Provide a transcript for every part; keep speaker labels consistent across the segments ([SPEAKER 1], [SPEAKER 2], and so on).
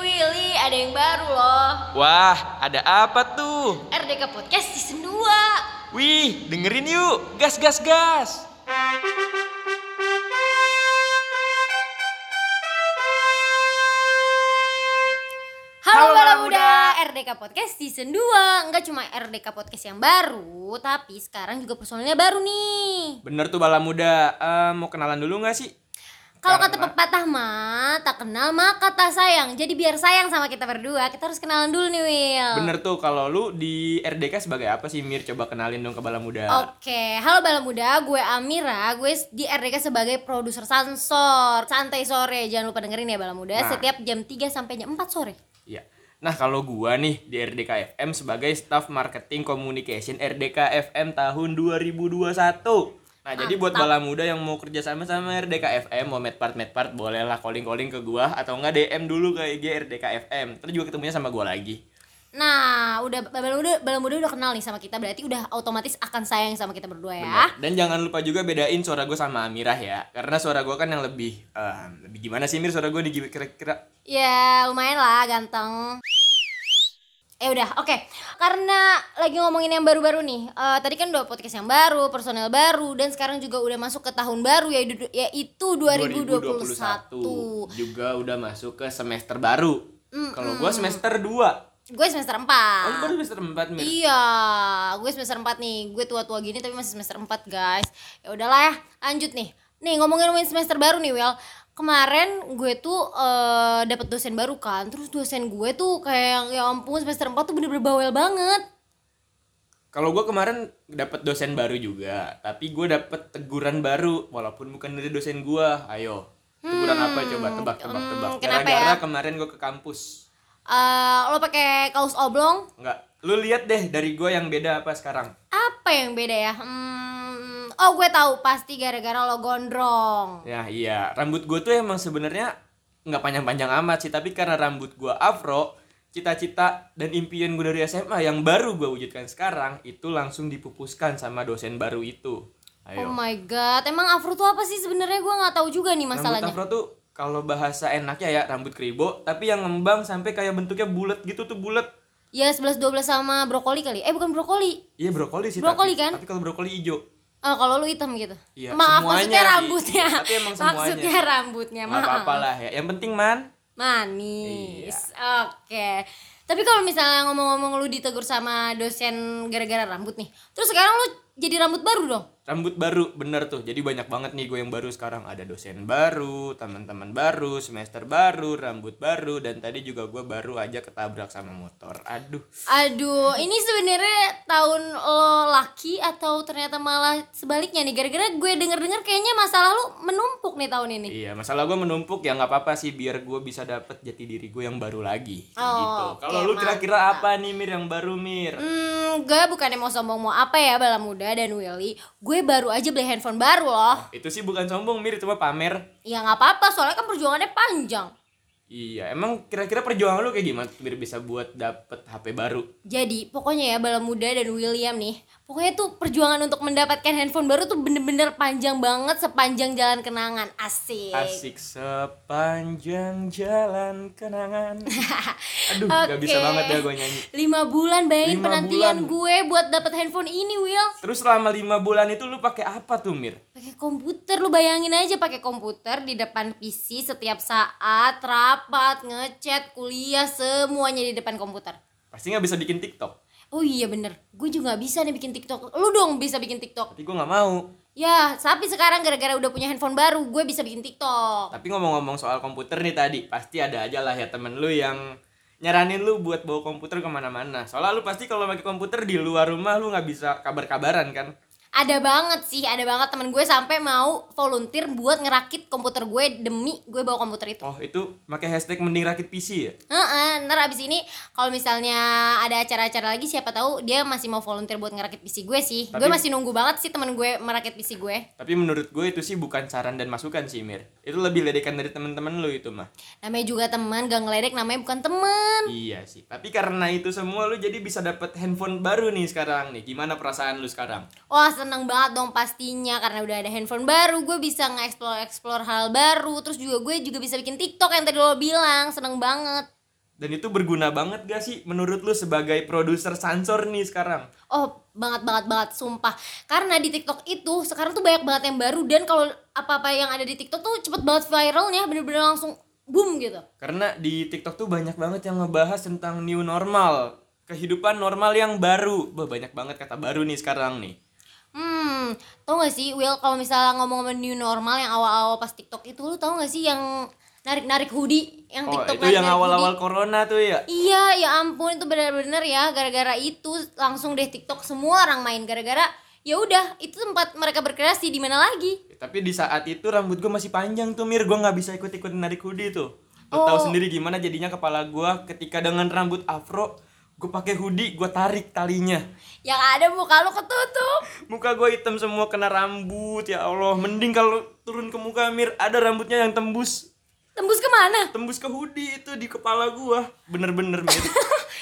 [SPEAKER 1] ada yang baru loh.
[SPEAKER 2] Wah, ada apa tuh?
[SPEAKER 1] RDK Podcast Season 2.
[SPEAKER 2] Wih, dengerin yuk. Gas, gas, gas.
[SPEAKER 1] Halo, para
[SPEAKER 2] Halo, Bala
[SPEAKER 1] muda, RDK Podcast Season 2. Enggak cuma RDK Podcast yang baru, tapi sekarang juga personilnya baru nih.
[SPEAKER 2] Bener tuh bala muda. Eh, mau kenalan dulu nggak sih?
[SPEAKER 1] Kalau kata
[SPEAKER 2] Karena-
[SPEAKER 1] pepatah mah, tak kenal maka tak sayang. Jadi biar sayang sama kita berdua, kita harus kenalan dulu nih, Will.
[SPEAKER 2] Bener tuh kalau lu di RDK sebagai apa sih Mir? Coba kenalin dong ke
[SPEAKER 1] Oh.
[SPEAKER 2] bala muda.
[SPEAKER 1] Oke, halo Bala Muda, gue Amira, gue di RDK sebagai produser sensor Santai sore, jangan lupa dengerin ya Bala Muda
[SPEAKER 2] Nah.
[SPEAKER 1] Setiap jam 3 sampai jam 4 sore
[SPEAKER 2] Iya. Nah, kalau gua nih di RDK FM sebagai Staff Marketing Communication RDK FM tahun 2021. Nah, jadi buat bala muda yang mau kerja sama sama RDK FM, mau medpart medpart bolehlah calling-calling ke gua atau enggak DM dulu ke IG RDK FM. Terus juga ketemunya sama gua lagi.
[SPEAKER 1] Nah, udah Bala Muda, Bala Muda udah kenal nih sama kita Berarti udah otomatis akan sayang sama kita berdua ya
[SPEAKER 2] Benar. Dan jangan lupa juga bedain suara gue sama Amirah ya. Karena suara gue kan yang lebih eh, lebih gimana sih Mir suara gue di kira-kira
[SPEAKER 1] Ya, lumayan lah, ganteng Eh udah, oke Karena lagi ngomongin yang baru-baru nih eh, Tadi kan udah podcast yang baru, personel baru Dan sekarang juga udah masuk ke tahun baru yaitu, yaitu 2021
[SPEAKER 2] juga udah masuk ke semester baru. Kalau gue semester 2. Oh,
[SPEAKER 1] Gue semester
[SPEAKER 2] lu
[SPEAKER 1] 4
[SPEAKER 2] baru semester 4 Mir.
[SPEAKER 1] Iya, gue semester 4 nih. Gue tua-tua gini tapi masih semester 4, guys. Ya udahlah ya, lanjut nih. Nih, ngomongin ngomongin semester baru nih, Will. Kemarin gue tuh eh dapet dosen baru kan. Terus dosen gue tuh kayak yang, ya ampun semester 4 tuh bener-bener bawel banget.
[SPEAKER 2] Kalau gue kemarin dapet dosen baru juga, tapi gue dapet teguran baru walaupun bukan dari dosen gue. Ayo. Teguran apa coba tebak tebak tebak.
[SPEAKER 1] hmm, kenapa
[SPEAKER 2] Gara-gara
[SPEAKER 1] ya?
[SPEAKER 2] kemarin gue ke kampus.
[SPEAKER 1] Eh lo pakai kaos oblong,
[SPEAKER 2] Enggak. Lu lihat deh dari gue yang beda apa sekarang.
[SPEAKER 1] apa yang beda ya? Hmm, oh gue tahu pasti gara-gara lo gondrong.
[SPEAKER 2] Ya iya, rambut gue tuh emang sebenarnya nggak panjang-panjang amat sih, tapi karena rambut gue afro, cita-cita dan impian gue dari SMA yang baru gue wujudkan sekarang itu langsung dipupuskan sama dosen baru itu.
[SPEAKER 1] Oh
[SPEAKER 2] Ayo.
[SPEAKER 1] my god, emang afro tuh apa sih sebenarnya? Gue nggak tahu juga nih
[SPEAKER 2] rambut
[SPEAKER 1] masalahnya.
[SPEAKER 2] afro tuh kalau bahasa enaknya ya rambut keribo, tapi yang ngembang sampai kayak bentuknya bulat gitu tuh bulat.
[SPEAKER 1] Ya 11 12 sama brokoli kali. Eh bukan brokoli.
[SPEAKER 2] Iya brokoli sih.
[SPEAKER 1] Brokoli
[SPEAKER 2] tapi,
[SPEAKER 1] kan?
[SPEAKER 2] Tapi kalau brokoli hijau.
[SPEAKER 1] Ah, kalau lu hitam gitu.
[SPEAKER 2] Iya,
[SPEAKER 1] Maaf
[SPEAKER 2] semuanya
[SPEAKER 1] maksudnya
[SPEAKER 2] sih.
[SPEAKER 1] rambutnya.
[SPEAKER 2] Tapi emang semuanya.
[SPEAKER 1] maksudnya rambutnya,
[SPEAKER 2] Nggak
[SPEAKER 1] maaf.
[SPEAKER 2] apa-apa Iya. lah ya. Yang penting man.
[SPEAKER 1] Manis. Oke. Tapi kalau misalnya ngomong-ngomong lu ditegur sama dosen gara-gara rambut nih. Terus sekarang lu jadi rambut baru dong.
[SPEAKER 2] rambut baru bener tuh jadi banyak banget nih gue yang baru sekarang ada dosen baru teman-teman baru semester baru rambut baru dan tadi juga gue baru aja ketabrak sama motor aduh
[SPEAKER 1] Aduh, ini sebenarnya tahun lo laki atau ternyata malah sebaliknya nih gara-gara gue denger-denger kayaknya masalah lu menumpuk nih tahun ini.
[SPEAKER 2] iya masalah gue menumpuk ya nggak apa-apa sih biar gue bisa dapet jati diri gue yang baru lagi Kayak
[SPEAKER 1] Oh,
[SPEAKER 2] gitu
[SPEAKER 1] oke,
[SPEAKER 2] kalau lu kira-kira apa nih mir yang baru mir
[SPEAKER 1] Hmm, gue bukannya mau sombong mau apa ya Bala Muda dan Willy Gue baru aja beli handphone baru loh
[SPEAKER 2] itu sih bukan sombong mir cuma pamer
[SPEAKER 1] Ya nggak apa-apa soalnya kan perjuangannya panjang
[SPEAKER 2] iya emang kira-kira perjuangan lu kayak gimana biar bisa buat dapet hp baru
[SPEAKER 1] Jadi pokoknya ya Bala Muda dan William nih Pokoknya tuh perjuangan untuk mendapatkan handphone baru tuh bener-bener panjang banget sepanjang jalan kenangan Asik,
[SPEAKER 2] Asik sepanjang jalan kenangan. Aduh, gak bisa
[SPEAKER 1] Oke.
[SPEAKER 2] banget dah gue nyanyi.
[SPEAKER 1] Lima bulan bayangin
[SPEAKER 2] Lima
[SPEAKER 1] penantian
[SPEAKER 2] bulan.
[SPEAKER 1] gue buat dapat handphone ini Will
[SPEAKER 2] Terus selama lima bulan itu lu pakai apa tuh Mir?
[SPEAKER 1] pakai komputer lu bayangin aja pakai komputer di depan PC setiap saat rapat ngechat kuliah semuanya di depan komputer
[SPEAKER 2] Pasti nggak bisa bikin TikTok.
[SPEAKER 1] oh iya bener gue juga nggak bisa nih bikin TikTok lu dong bisa bikin TikTok
[SPEAKER 2] Tapi gue nggak mau.
[SPEAKER 1] ya tapi sekarang gara-gara udah punya handphone baru gue bisa bikin TikTok
[SPEAKER 2] Tapi ngomong-ngomong soal komputer nih tadi, pasti ada aja lah ya temen lu yang nyaranin lu buat bawa komputer kemana-mana. Soalnya lu pasti kalau pakai komputer di luar rumah lu nggak bisa kabar-kabaran kan?
[SPEAKER 1] ada banget sih ada banget temen gue sampai mau volunteer buat ngerakit komputer gue demi gue bawa komputer itu
[SPEAKER 2] Oh itu pakai hashtag mending rakit PC ya?
[SPEAKER 1] Heeh, ntar abis ini kalau misalnya ada acara-acara lagi siapa tahu dia masih mau volunteer buat ngerakit PC gue sih. Gue
[SPEAKER 2] Tapi-
[SPEAKER 1] masih nunggu banget sih temen gue merakit PC gue.
[SPEAKER 2] Tapi menurut gue itu sih bukan saran dan masukan sih Mir. Itu lebih ledekan dari temen-temen lu itu mah.
[SPEAKER 1] Namanya juga teman, gak ngeledek namanya bukan temen.
[SPEAKER 2] Iya sih, tapi karena itu semua lu jadi bisa dapat handphone baru nih sekarang nih. Gimana perasaan lu sekarang?
[SPEAKER 1] Wah seneng banget dong pastinya karena udah ada handphone baru gue bisa nge-explore explore hal baru terus juga gue juga bisa bikin TikTok yang tadi lo bilang seneng banget.
[SPEAKER 2] Dan itu berguna banget gak sih menurut lu sebagai produser sensor nih sekarang?
[SPEAKER 1] Oh, banget banget banget sumpah. Karena di TikTok itu sekarang tuh banyak banget yang baru dan kalau apa-apa yang ada di TikTok tuh cepet banget viralnya, bener-bener langsung boom gitu.
[SPEAKER 2] Karena di TikTok tuh banyak banget yang ngebahas tentang new normal, kehidupan normal yang baru. Bah, banyak banget kata baru nih sekarang nih.
[SPEAKER 1] Hmm, tau gak sih Will kalau misalnya ngomong sama new normal yang awal-awal pas TikTok itu lu tau gak sih yang narik-narik hoodie yang
[SPEAKER 2] Oh,
[SPEAKER 1] TikTok
[SPEAKER 2] itu yang
[SPEAKER 1] narik-narik hoodie?
[SPEAKER 2] awal-awal corona tuh ya.
[SPEAKER 1] Iya, ya ampun itu benar-benar ya gara-gara itu langsung deh TikTok semua orang main gara-gara ya udah itu tempat mereka berkreasi di mana lagi?
[SPEAKER 2] Ya, Tapi di saat itu rambut gue masih panjang tuh Mir, gue nggak bisa ikut-ikut narik hoodie tuh.
[SPEAKER 1] Oh.
[SPEAKER 2] Lo tahu sendiri gimana jadinya kepala gue ketika dengan rambut afro, gue pakai hoodie, gue tarik talinya.
[SPEAKER 1] Yang Ya ada muka lu ketutup.
[SPEAKER 2] Muka gue hitam semua kena rambut, ya Allah. Mending kalau turun ke muka Mir, ada rambutnya yang tembus.
[SPEAKER 1] Tembus kemana?
[SPEAKER 2] Tembus ke hoodie itu di kepala gue. Bener-bener Mir.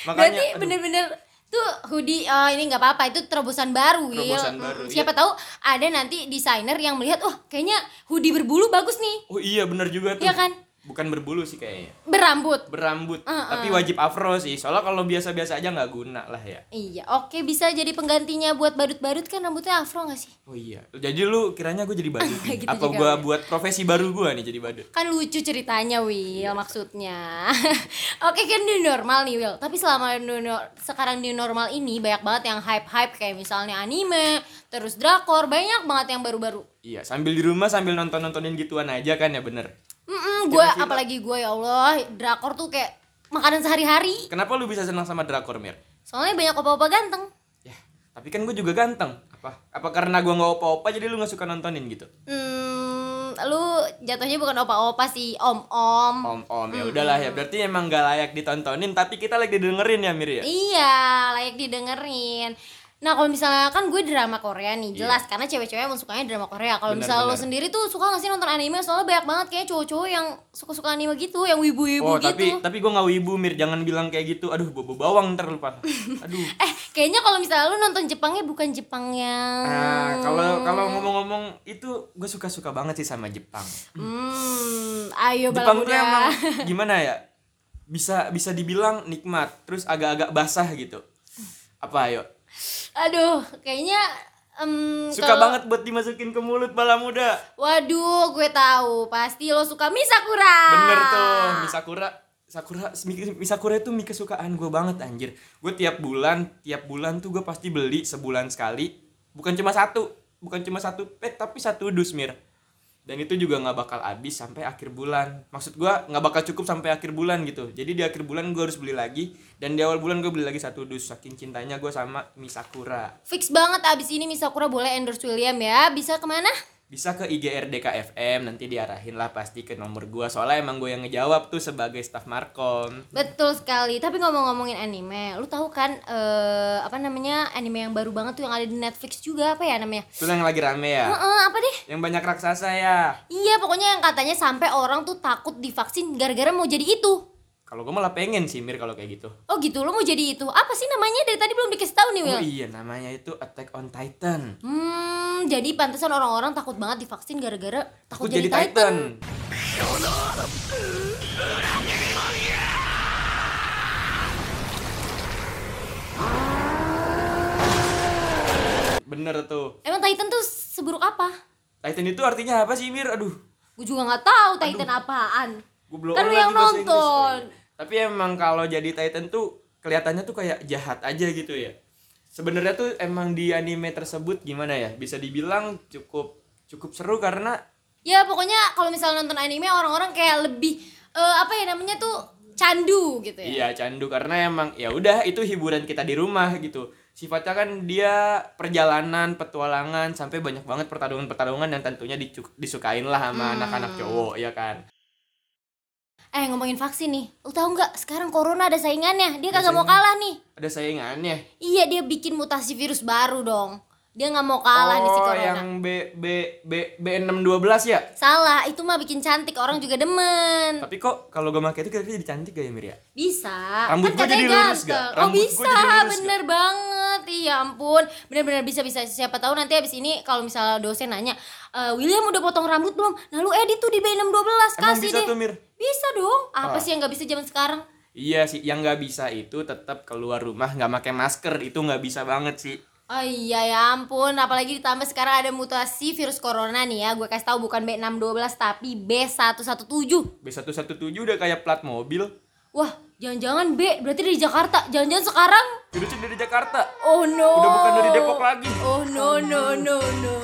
[SPEAKER 2] Makanya,
[SPEAKER 1] Berarti
[SPEAKER 2] aduh,
[SPEAKER 1] bener-bener tuh hoodie eh, ini nggak apa-apa itu terobosan baru Wil. Mm,
[SPEAKER 2] Terobosan baru, iya.
[SPEAKER 1] siapa tahu ada nanti desainer yang melihat wah kayaknya hoodie berbulu bagus nih
[SPEAKER 2] oh iya bener juga tuh.
[SPEAKER 1] Iya kan?
[SPEAKER 2] Bukan berbulu sih kayaknya.
[SPEAKER 1] berambut
[SPEAKER 2] Berambut,
[SPEAKER 1] Ah,
[SPEAKER 2] tapi wajib afro sih. Soalnya kalau biasa-biasa aja nggak guna lah ya.
[SPEAKER 1] iya oke bisa jadi penggantinya buat badut-badut kan rambutnya afro nggak sih
[SPEAKER 2] Oh iya. Jadi lu kiranya gue jadi badut?
[SPEAKER 1] Gitu
[SPEAKER 2] nih? Apa
[SPEAKER 1] juga,
[SPEAKER 2] gue buat profesi baru gue nih jadi badut?
[SPEAKER 1] kan lucu ceritanya Will
[SPEAKER 2] Iya.
[SPEAKER 1] maksudnya oke kan new normal nih Will tapi selama new nor- sekarang new normal ini banyak banget yang hype hype kayak misalnya anime terus drakor banyak banget yang baru-baru
[SPEAKER 2] Iya, sambil di rumah sambil nonton-nontonin gituan aja kan ya bener.
[SPEAKER 1] Mm-mm, gue apalagi gue ya Allah drakor tuh kayak makanan sehari-hari
[SPEAKER 2] Kenapa lu bisa senang sama drakor, Mir?
[SPEAKER 1] soalnya banyak opa-opa ganteng
[SPEAKER 2] Ya, tapi kan gue juga ganteng. Apa? Apa karena gue nggak opa-opa jadi lu nggak suka nontonin gitu?
[SPEAKER 1] hmm, lu jatuhnya bukan opa-opa sih om-om
[SPEAKER 2] Om om ya udahlah
[SPEAKER 1] Hmm.
[SPEAKER 2] ya. Berarti emang gak layak ditontonin, tapi kita lagi didengerin ya Mir ya.
[SPEAKER 1] Iya, layak didengerin. Nah, kalau misalnya kan gue drama Korea nih,
[SPEAKER 2] Iya.
[SPEAKER 1] jelas karena cewek-cewek emang sukanya drama Korea. Kalau
[SPEAKER 2] Benar,
[SPEAKER 1] misalnya lo
[SPEAKER 2] benar.
[SPEAKER 1] sendiri tuh suka gak sih nonton anime? Soalnya banyak banget kayak cowok-cowok yang suka-suka anime gitu, yang wibu-wibu
[SPEAKER 2] Oh,
[SPEAKER 1] gitu.
[SPEAKER 2] tapi tapi gue nggak wibu Mir, jangan bilang kayak gitu. Aduh, bobo bawang ntar lu pas. Aduh.
[SPEAKER 1] Eh, kayaknya kalau misalnya lo nonton Jepangnya bukan Jepang yang
[SPEAKER 2] Ah, kalau kalau ngomong-ngomong itu gue suka-suka banget sih sama Jepang.
[SPEAKER 1] Hmm, ayo
[SPEAKER 2] Jepang
[SPEAKER 1] Balamuda.
[SPEAKER 2] tuh emang gimana ya? Bisa bisa dibilang nikmat, terus agak-agak basah gitu. Apa ayo?
[SPEAKER 1] Aduh, kayaknya em,
[SPEAKER 2] Suka
[SPEAKER 1] kalau-
[SPEAKER 2] banget buat dimasukin ke mulut bala muda.
[SPEAKER 1] Waduh, gue tahu. Pasti lo suka Misakura.
[SPEAKER 2] Bener tuh, Misakura. Sakura, mi- Misakura itu mie kesukaan gue banget anjir. Gue tiap bulan, tiap bulan tuh gue pasti beli sebulan sekali. Bukan cuma satu, bukan cuma satu pet tapi satu dus mir. Dan itu juga nggak bakal habis sampai akhir bulan. Maksud gue nggak bakal cukup sampai akhir bulan gitu. Jadi di akhir bulan gue harus beli lagi. Dan di awal bulan gue beli lagi satu dus. Saking cintanya gue sama Misakura.
[SPEAKER 1] Fix banget abis ini Misakura boleh endorse William ya. Bisa kemana?
[SPEAKER 2] Bisa ke IGRDKFM nanti diarahin lah pasti ke nomor gue. Soalnya emang gue yang ngejawab tuh sebagai staff markom.
[SPEAKER 1] Betul sekali. Tapi ngomong-ngomongin anime, lu tahu kan eh apa namanya anime yang baru banget tuh yang ada di Netflix juga apa ya namanya?
[SPEAKER 2] Itu yang lagi rame ya?
[SPEAKER 1] Heeh, apa deh?
[SPEAKER 2] Yang banyak raksasa ya?
[SPEAKER 1] Iya, pokoknya yang katanya sampai orang tuh takut divaksin gara-gara mau jadi itu.
[SPEAKER 2] Kalau gue malah pengen sih Mir kalau kayak gitu
[SPEAKER 1] Oh gitu, lu mau jadi itu? Apa sih namanya? Dari tadi belum dikasih tahu nih, Will.
[SPEAKER 2] Oh iya namanya itu Attack on Titan
[SPEAKER 1] Hmm, jadi pantesan orang-orang takut banget divaksin gara-gara takut,
[SPEAKER 2] Aku jadi Titan. Bener tuh
[SPEAKER 1] Emang Titan tuh seburuk apa?
[SPEAKER 2] Titan itu artinya apa sih Mir? Aduh
[SPEAKER 1] Gue juga nggak tahu Titan apaan.
[SPEAKER 2] gue belum
[SPEAKER 1] Kan lu yang nonton.
[SPEAKER 2] tapi emang kalau jadi Titan tuh kelihatannya tuh kayak jahat aja gitu ya sebenarnya tuh emang di anime tersebut gimana ya bisa dibilang cukup cukup seru karena
[SPEAKER 1] Ya pokoknya kalau misalnya nonton anime orang-orang kayak lebih eh, apa ya namanya tuh candu gitu ya.
[SPEAKER 2] iya candu karena emang ya udah itu hiburan kita di rumah gitu sifatnya kan dia perjalanan petualangan sampai banyak banget pertarungan pertarungan yang tentunya dicu- disukain
[SPEAKER 1] Hmm.
[SPEAKER 2] lah sama anak-anak cowok ya kan
[SPEAKER 1] Eh ngomongin vaksin nih, lu tahu nggak sekarang corona ada saingannya, dia kagak
[SPEAKER 2] Iya,
[SPEAKER 1] mau kalah nih.
[SPEAKER 2] ada saingannya
[SPEAKER 1] Iya dia bikin mutasi virus baru dong, dia nggak mau kalah nih si
[SPEAKER 2] oh
[SPEAKER 1] corona.
[SPEAKER 2] yang B B B B612 ya
[SPEAKER 1] Salah, itu mah bikin cantik orang juga demen.
[SPEAKER 2] Tapi kok kalau gue pakai itu kira-kira jadi cantik gak ya Mir ya?
[SPEAKER 1] Bisa.
[SPEAKER 2] Rambut
[SPEAKER 1] kan
[SPEAKER 2] gua jadi
[SPEAKER 1] katanya
[SPEAKER 2] lurus nggak?
[SPEAKER 1] ganteng. Oh
[SPEAKER 2] Rambut gua
[SPEAKER 1] bisa,
[SPEAKER 2] jadi lurus
[SPEAKER 1] bener banget. Iya ampun, bener-bener bisa bisa. Siapa tahu nanti abis ini kalau misalnya dosen nanya, "Eh, William udah potong rambut belum? Nah lu edit tuh di B612
[SPEAKER 2] Emang
[SPEAKER 1] kasih
[SPEAKER 2] bisa
[SPEAKER 1] deh.
[SPEAKER 2] tuh Mir?
[SPEAKER 1] Bisa dong. Apa
[SPEAKER 2] Ah.
[SPEAKER 1] sih yang nggak bisa zaman sekarang?
[SPEAKER 2] Iya sih, yang nggak bisa itu tetap keluar rumah nggak pakai masker itu nggak bisa banget sih.
[SPEAKER 1] Oh iya ya ampun, apalagi ditambah sekarang ada mutasi virus corona nih ya. Gue kasih tahu bukan B612 tapi B117.
[SPEAKER 2] B117 udah kayak plat mobil.
[SPEAKER 1] Wah, jangan-jangan B berarti dari Jakarta. Jangan-jangan sekarang.
[SPEAKER 2] Virusnya dari Jakarta.
[SPEAKER 1] Oh no.
[SPEAKER 2] Udah bukan dari Depok lagi.
[SPEAKER 1] Oh no no no no.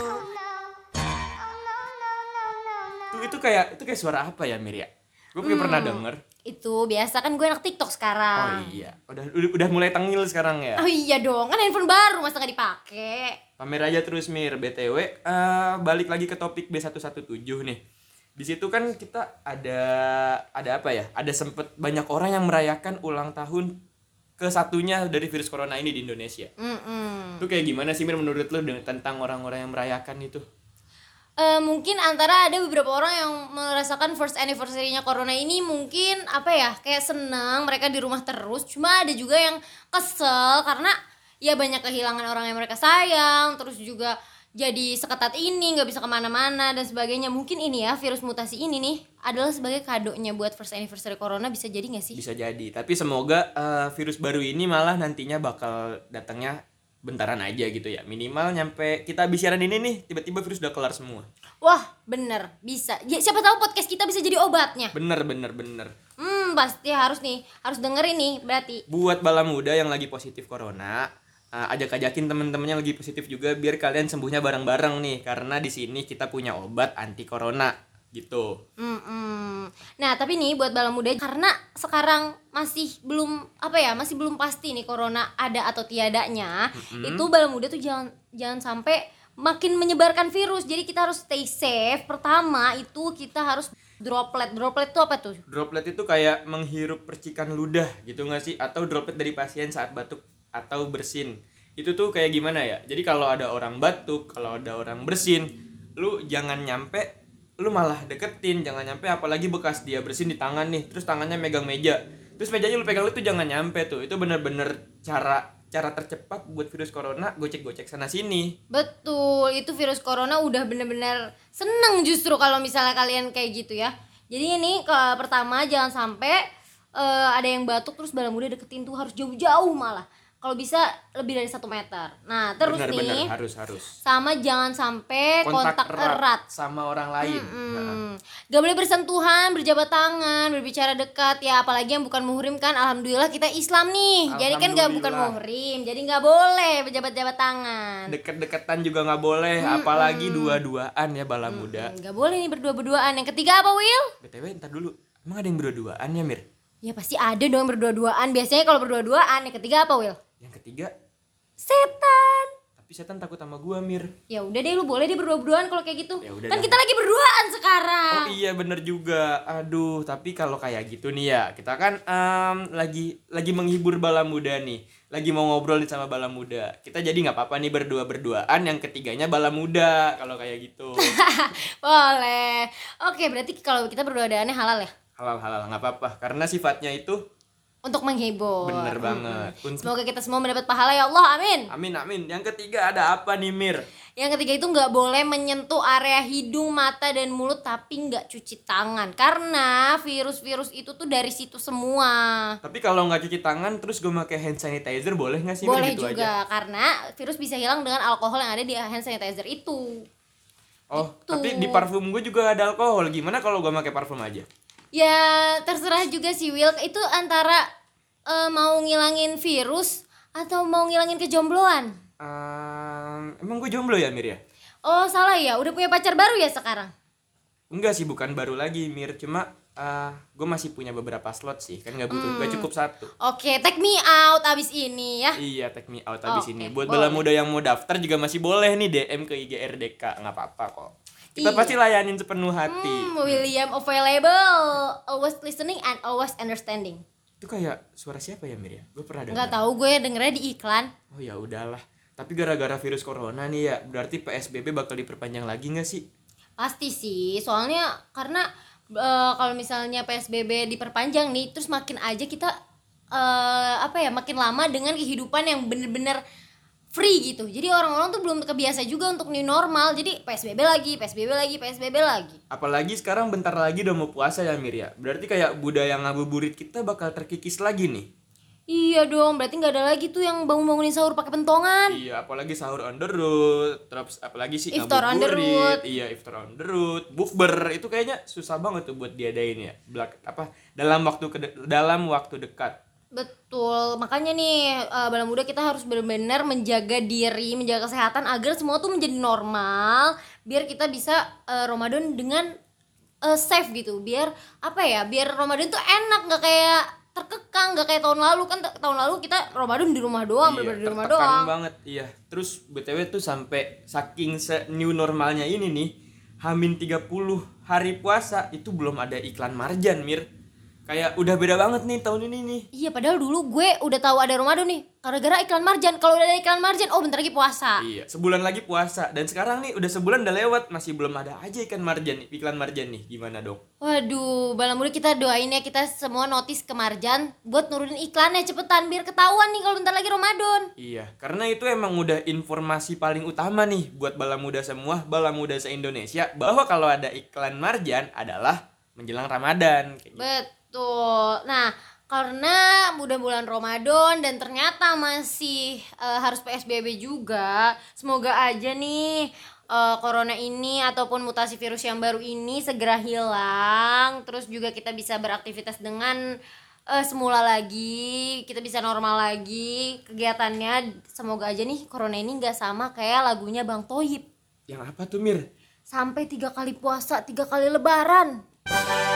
[SPEAKER 2] Itu, itu kayak itu kayak suara apa ya Miria? Gue pernah denger.
[SPEAKER 1] Itu biasa kan gue anak TikTok
[SPEAKER 2] Oh
[SPEAKER 1] sekarang.
[SPEAKER 2] iya, udah udah udah mulai tengil sekarang ya.
[SPEAKER 1] Oh iya dong, kan handphone baru masa gak dipakai.
[SPEAKER 2] Pamer aja terus Mir, BTW eh, balik lagi ke topik B117 nih. Di situ kan kita ada ada apa ya? Ada sempet banyak orang yang merayakan ulang tahun ke satunya dari virus corona ini di Indonesia.
[SPEAKER 1] Mm-mm.
[SPEAKER 2] Itu kayak gimana sih Mir menurut lu dengan- tentang orang-orang yang merayakan itu?
[SPEAKER 1] Eh, mungkin antara ada beberapa orang yang merasakan first anniversary-nya corona ini mungkin apa ya kayak senang mereka di rumah terus cuma ada juga yang kesel karena ya banyak kehilangan orang yang mereka sayang terus juga jadi seketat ini nggak bisa kemana-mana dan sebagainya mungkin ini ya virus mutasi ini nih adalah sebagai kadonya buat first anniversary corona bisa jadi nggak sih
[SPEAKER 2] Bisa jadi, tapi semoga eh, virus baru ini malah nantinya bakal datangnya bentaran aja gitu ya. Minimal nyampe kita habis siaran ini nih, tiba-tiba virus udah kelar semua.
[SPEAKER 1] wah bener bisa Ya, siapa tahu podcast kita bisa jadi obatnya
[SPEAKER 2] Bener bener bener.
[SPEAKER 1] hmm pasti harus nih harus dengerin nih berarti
[SPEAKER 2] buat bala muda yang lagi positif corona eh, ajak-ajakin temen-temennya yang lagi positif juga biar kalian sembuhnya bareng-bareng nih karena di sini kita punya obat anti corona gitu
[SPEAKER 1] Mm-mm. Nah tapi nih buat bala muda karena sekarang masih belum apa ya masih belum pasti nih corona ada atau tiadanya itu bala muda tuh jangan jangan sampai makin menyebarkan virus jadi kita harus stay safe pertama itu kita harus droplet droplet tuh apa tuh
[SPEAKER 2] droplet itu kayak menghirup percikan ludah gitu nggak sih atau droplet dari pasien saat batuk atau bersin itu tuh kayak gimana ya jadi kalau ada orang batuk kalau ada orang bersin lu jangan nyampe lu malah deketin jangan nyampe apalagi bekas dia bersin di tangan nih terus tangannya megang meja terus mejanya lu pegang lu tuh jangan nyampe tuh itu bener-bener cara cara tercepat buat virus corona gocek-gocek sana sini
[SPEAKER 1] Betul, itu virus corona udah bener-bener seneng justru kalau misalnya kalian kayak gitu ya. Jadi ini ke pertama jangan sampai eh, ada yang batuk terus bala muda deketin tuh harus jauh-jauh malah. Kalau bisa lebih dari satu meter. Nah terus nih
[SPEAKER 2] bener-bener harus harus
[SPEAKER 1] sama jangan sampai kontak, erat.
[SPEAKER 2] sama orang lain Nah,
[SPEAKER 1] Hmm. Gak boleh bersentuhan, berjabat tangan, berbicara dekat ya apalagi yang bukan muhrim kan. Alhamdulillah kita Islam nih. Jadi kan gak bukan
[SPEAKER 2] Alhamdulillah.
[SPEAKER 1] muhrim. Jadi nggak boleh berjabat-jabat tangan.
[SPEAKER 2] deket-deketan juga nggak boleh apalagi dua-duaan ya bala muda
[SPEAKER 1] Gak boleh nih berdua-duaan. Yang ketiga apa, Will?
[SPEAKER 2] btw ntar dulu emang ada yang berdua-duaan ya mir
[SPEAKER 1] Ya pasti ada dong yang berdua-duaan. Biasanya kalau berdua-duaan, yang ketiga apa, Will?
[SPEAKER 2] yang ketiga
[SPEAKER 1] Setan.
[SPEAKER 2] tapi setan takut sama gua mir
[SPEAKER 1] Ya udah deh, lu boleh deh berdua-duaan kalau kayak gitu.
[SPEAKER 2] Ya udah
[SPEAKER 1] kan
[SPEAKER 2] dah.
[SPEAKER 1] kita lagi berduaan sekarang.
[SPEAKER 2] Oh iya bener juga. Aduh, tapi kalau kayak gitu nih ya, kita kan em, lagi lagi menghibur bala muda nih. Lagi mau ngobrol nih sama bala muda. Kita jadi nggak apa-apa nih berdua-berduaan yang ketiganya bala muda kalau kayak gitu.
[SPEAKER 1] boleh. Oke, berarti kalau kita berdua-duaannya halal ya?
[SPEAKER 2] Halal-halal nggak apa-apa karena sifatnya itu
[SPEAKER 1] Untuk menghibur.
[SPEAKER 2] bener banget. Untuk-
[SPEAKER 1] Semoga kita semua mendapat pahala ya Allah. Amin.
[SPEAKER 2] Amin amin. Yang ketiga ada apa nih Mir?
[SPEAKER 1] Yang ketiga itu nggak boleh menyentuh area hidung, mata, dan mulut tapi nggak cuci tangan karena virus-virus itu tuh dari situ semua.
[SPEAKER 2] Tapi kalau nggak cuci tangan terus gue pakai hand sanitizer boleh nggak sih Mir?
[SPEAKER 1] boleh
[SPEAKER 2] Gitu
[SPEAKER 1] juga
[SPEAKER 2] aja.
[SPEAKER 1] karena virus bisa hilang dengan alkohol yang ada di hand sanitizer itu
[SPEAKER 2] Oh,
[SPEAKER 1] Gitu.
[SPEAKER 2] tapi di parfum gue juga ada alkohol. Gimana kalau gue pakai parfum aja?
[SPEAKER 1] ya terserah juga sih Will itu antara eh, mau ngilangin virus atau mau ngilangin kejombloan
[SPEAKER 2] Em, emang gue jomblo ya Mir ya?
[SPEAKER 1] oh salah ya udah punya pacar baru ya sekarang
[SPEAKER 2] Enggak sih, bukan baru lagi, Mir. Cuma gue masih punya beberapa slot sih. Kan nggak butuh,
[SPEAKER 1] Hmm.
[SPEAKER 2] nggak cukup satu.
[SPEAKER 1] oke take me out abis ini ya
[SPEAKER 2] Iya, take me out
[SPEAKER 1] Oke,
[SPEAKER 2] abis ini. Buat
[SPEAKER 1] boleh.
[SPEAKER 2] bala muda yang mau daftar juga masih boleh nih DM ke IGRDK. Nggak apa-apa kok. Kita
[SPEAKER 1] Iya.
[SPEAKER 2] pasti layanin sepenuh hati.
[SPEAKER 1] hmm, William available always listening and always understanding
[SPEAKER 2] Itu kayak suara siapa ya, Mir ya? Gue pernah dengar.
[SPEAKER 1] nggak tahu gue dengernya di iklan
[SPEAKER 2] Oh ya udahlah. Tapi gara-gara virus corona nih ya, berarti PSBB bakal diperpanjang lagi nggak sih?
[SPEAKER 1] Pasti sih, soalnya karena eh, kalau misalnya PSBB diperpanjang nih, terus makin aja kita eh, apa ya, makin lama dengan kehidupan yang bener-bener free gitu jadi orang-orang tuh belum kebiasa juga untuk new normal jadi psbb lagi psbb lagi psbb lagi
[SPEAKER 2] Apalagi sekarang bentar lagi udah mau puasa ya Miria. Berarti kayak budaya ngabuburit kita bakal terkikis lagi nih.
[SPEAKER 1] iya dong berarti nggak ada lagi tuh yang bangun-bangunin sahur pakai pentongan
[SPEAKER 2] Iya, apalagi sahur on the road, terus apalagi sih
[SPEAKER 1] Iftar on the
[SPEAKER 2] ngabuburit,
[SPEAKER 1] road.
[SPEAKER 2] Iya, iftar on the road, bukber itu kayaknya susah banget tuh buat diadain ya. Belak apa dalam waktu kede- dalam waktu dekat.
[SPEAKER 1] Betul, makanya nih eh, Bala Muda kita harus benar-benar menjaga diri, menjaga kesehatan agar semua tuh menjadi normal, biar kita bisa eh, Ramadan dengan eh, safe gitu, biar apa ya, biar Ramadan tuh enak nggak kayak terkekang, nggak kayak tahun lalu kan ta- tahun lalu kita Ramadan di rumah doang,
[SPEAKER 2] iya,
[SPEAKER 1] bener di rumah
[SPEAKER 2] tertekan
[SPEAKER 1] doang.
[SPEAKER 2] banget. Iya. Terus BTW tuh sampai saking se- new normalnya ini nih, Hamin 30 hari puasa itu belum ada iklan marjan, Mir. Kayak udah beda banget nih tahun ini nih.
[SPEAKER 1] Iya, padahal dulu gue udah tahu ada Ramadan nih, gara-gara iklan marjan. Kalau udah ada iklan marjan, oh bentar lagi puasa.
[SPEAKER 2] Iya, sebulan lagi puasa dan sekarang nih udah sebulan udah lewat masih belum ada aja ikan marjan iklan marjan nih gimana dong?
[SPEAKER 1] Waduh, Bala Muda kita doain ya kita semua notice ke Marjan buat nurunin iklannya cepetan biar ketahuan nih kalau bentar lagi Ramadan.
[SPEAKER 2] Iya, karena itu emang udah informasi paling utama nih buat bala muda semua, bala muda se-Indonesia bahwa kalau ada iklan marjan adalah menjelang Ramadan. Kayak gitu.
[SPEAKER 1] Betul. Nah, karena udah bulan Ramadan dan ternyata masih eh, harus PSBB juga. Semoga aja nih eh, corona ini ataupun mutasi virus yang baru ini segera hilang. Terus juga kita bisa beraktivitas dengan eh, semula lagi, kita bisa normal lagi kegiatannya. Semoga aja nih corona ini nggak sama kayak lagunya Bang Toyib.
[SPEAKER 2] Yang apa tuh Mir?
[SPEAKER 1] Sampai tiga kali puasa, tiga kali lebaran.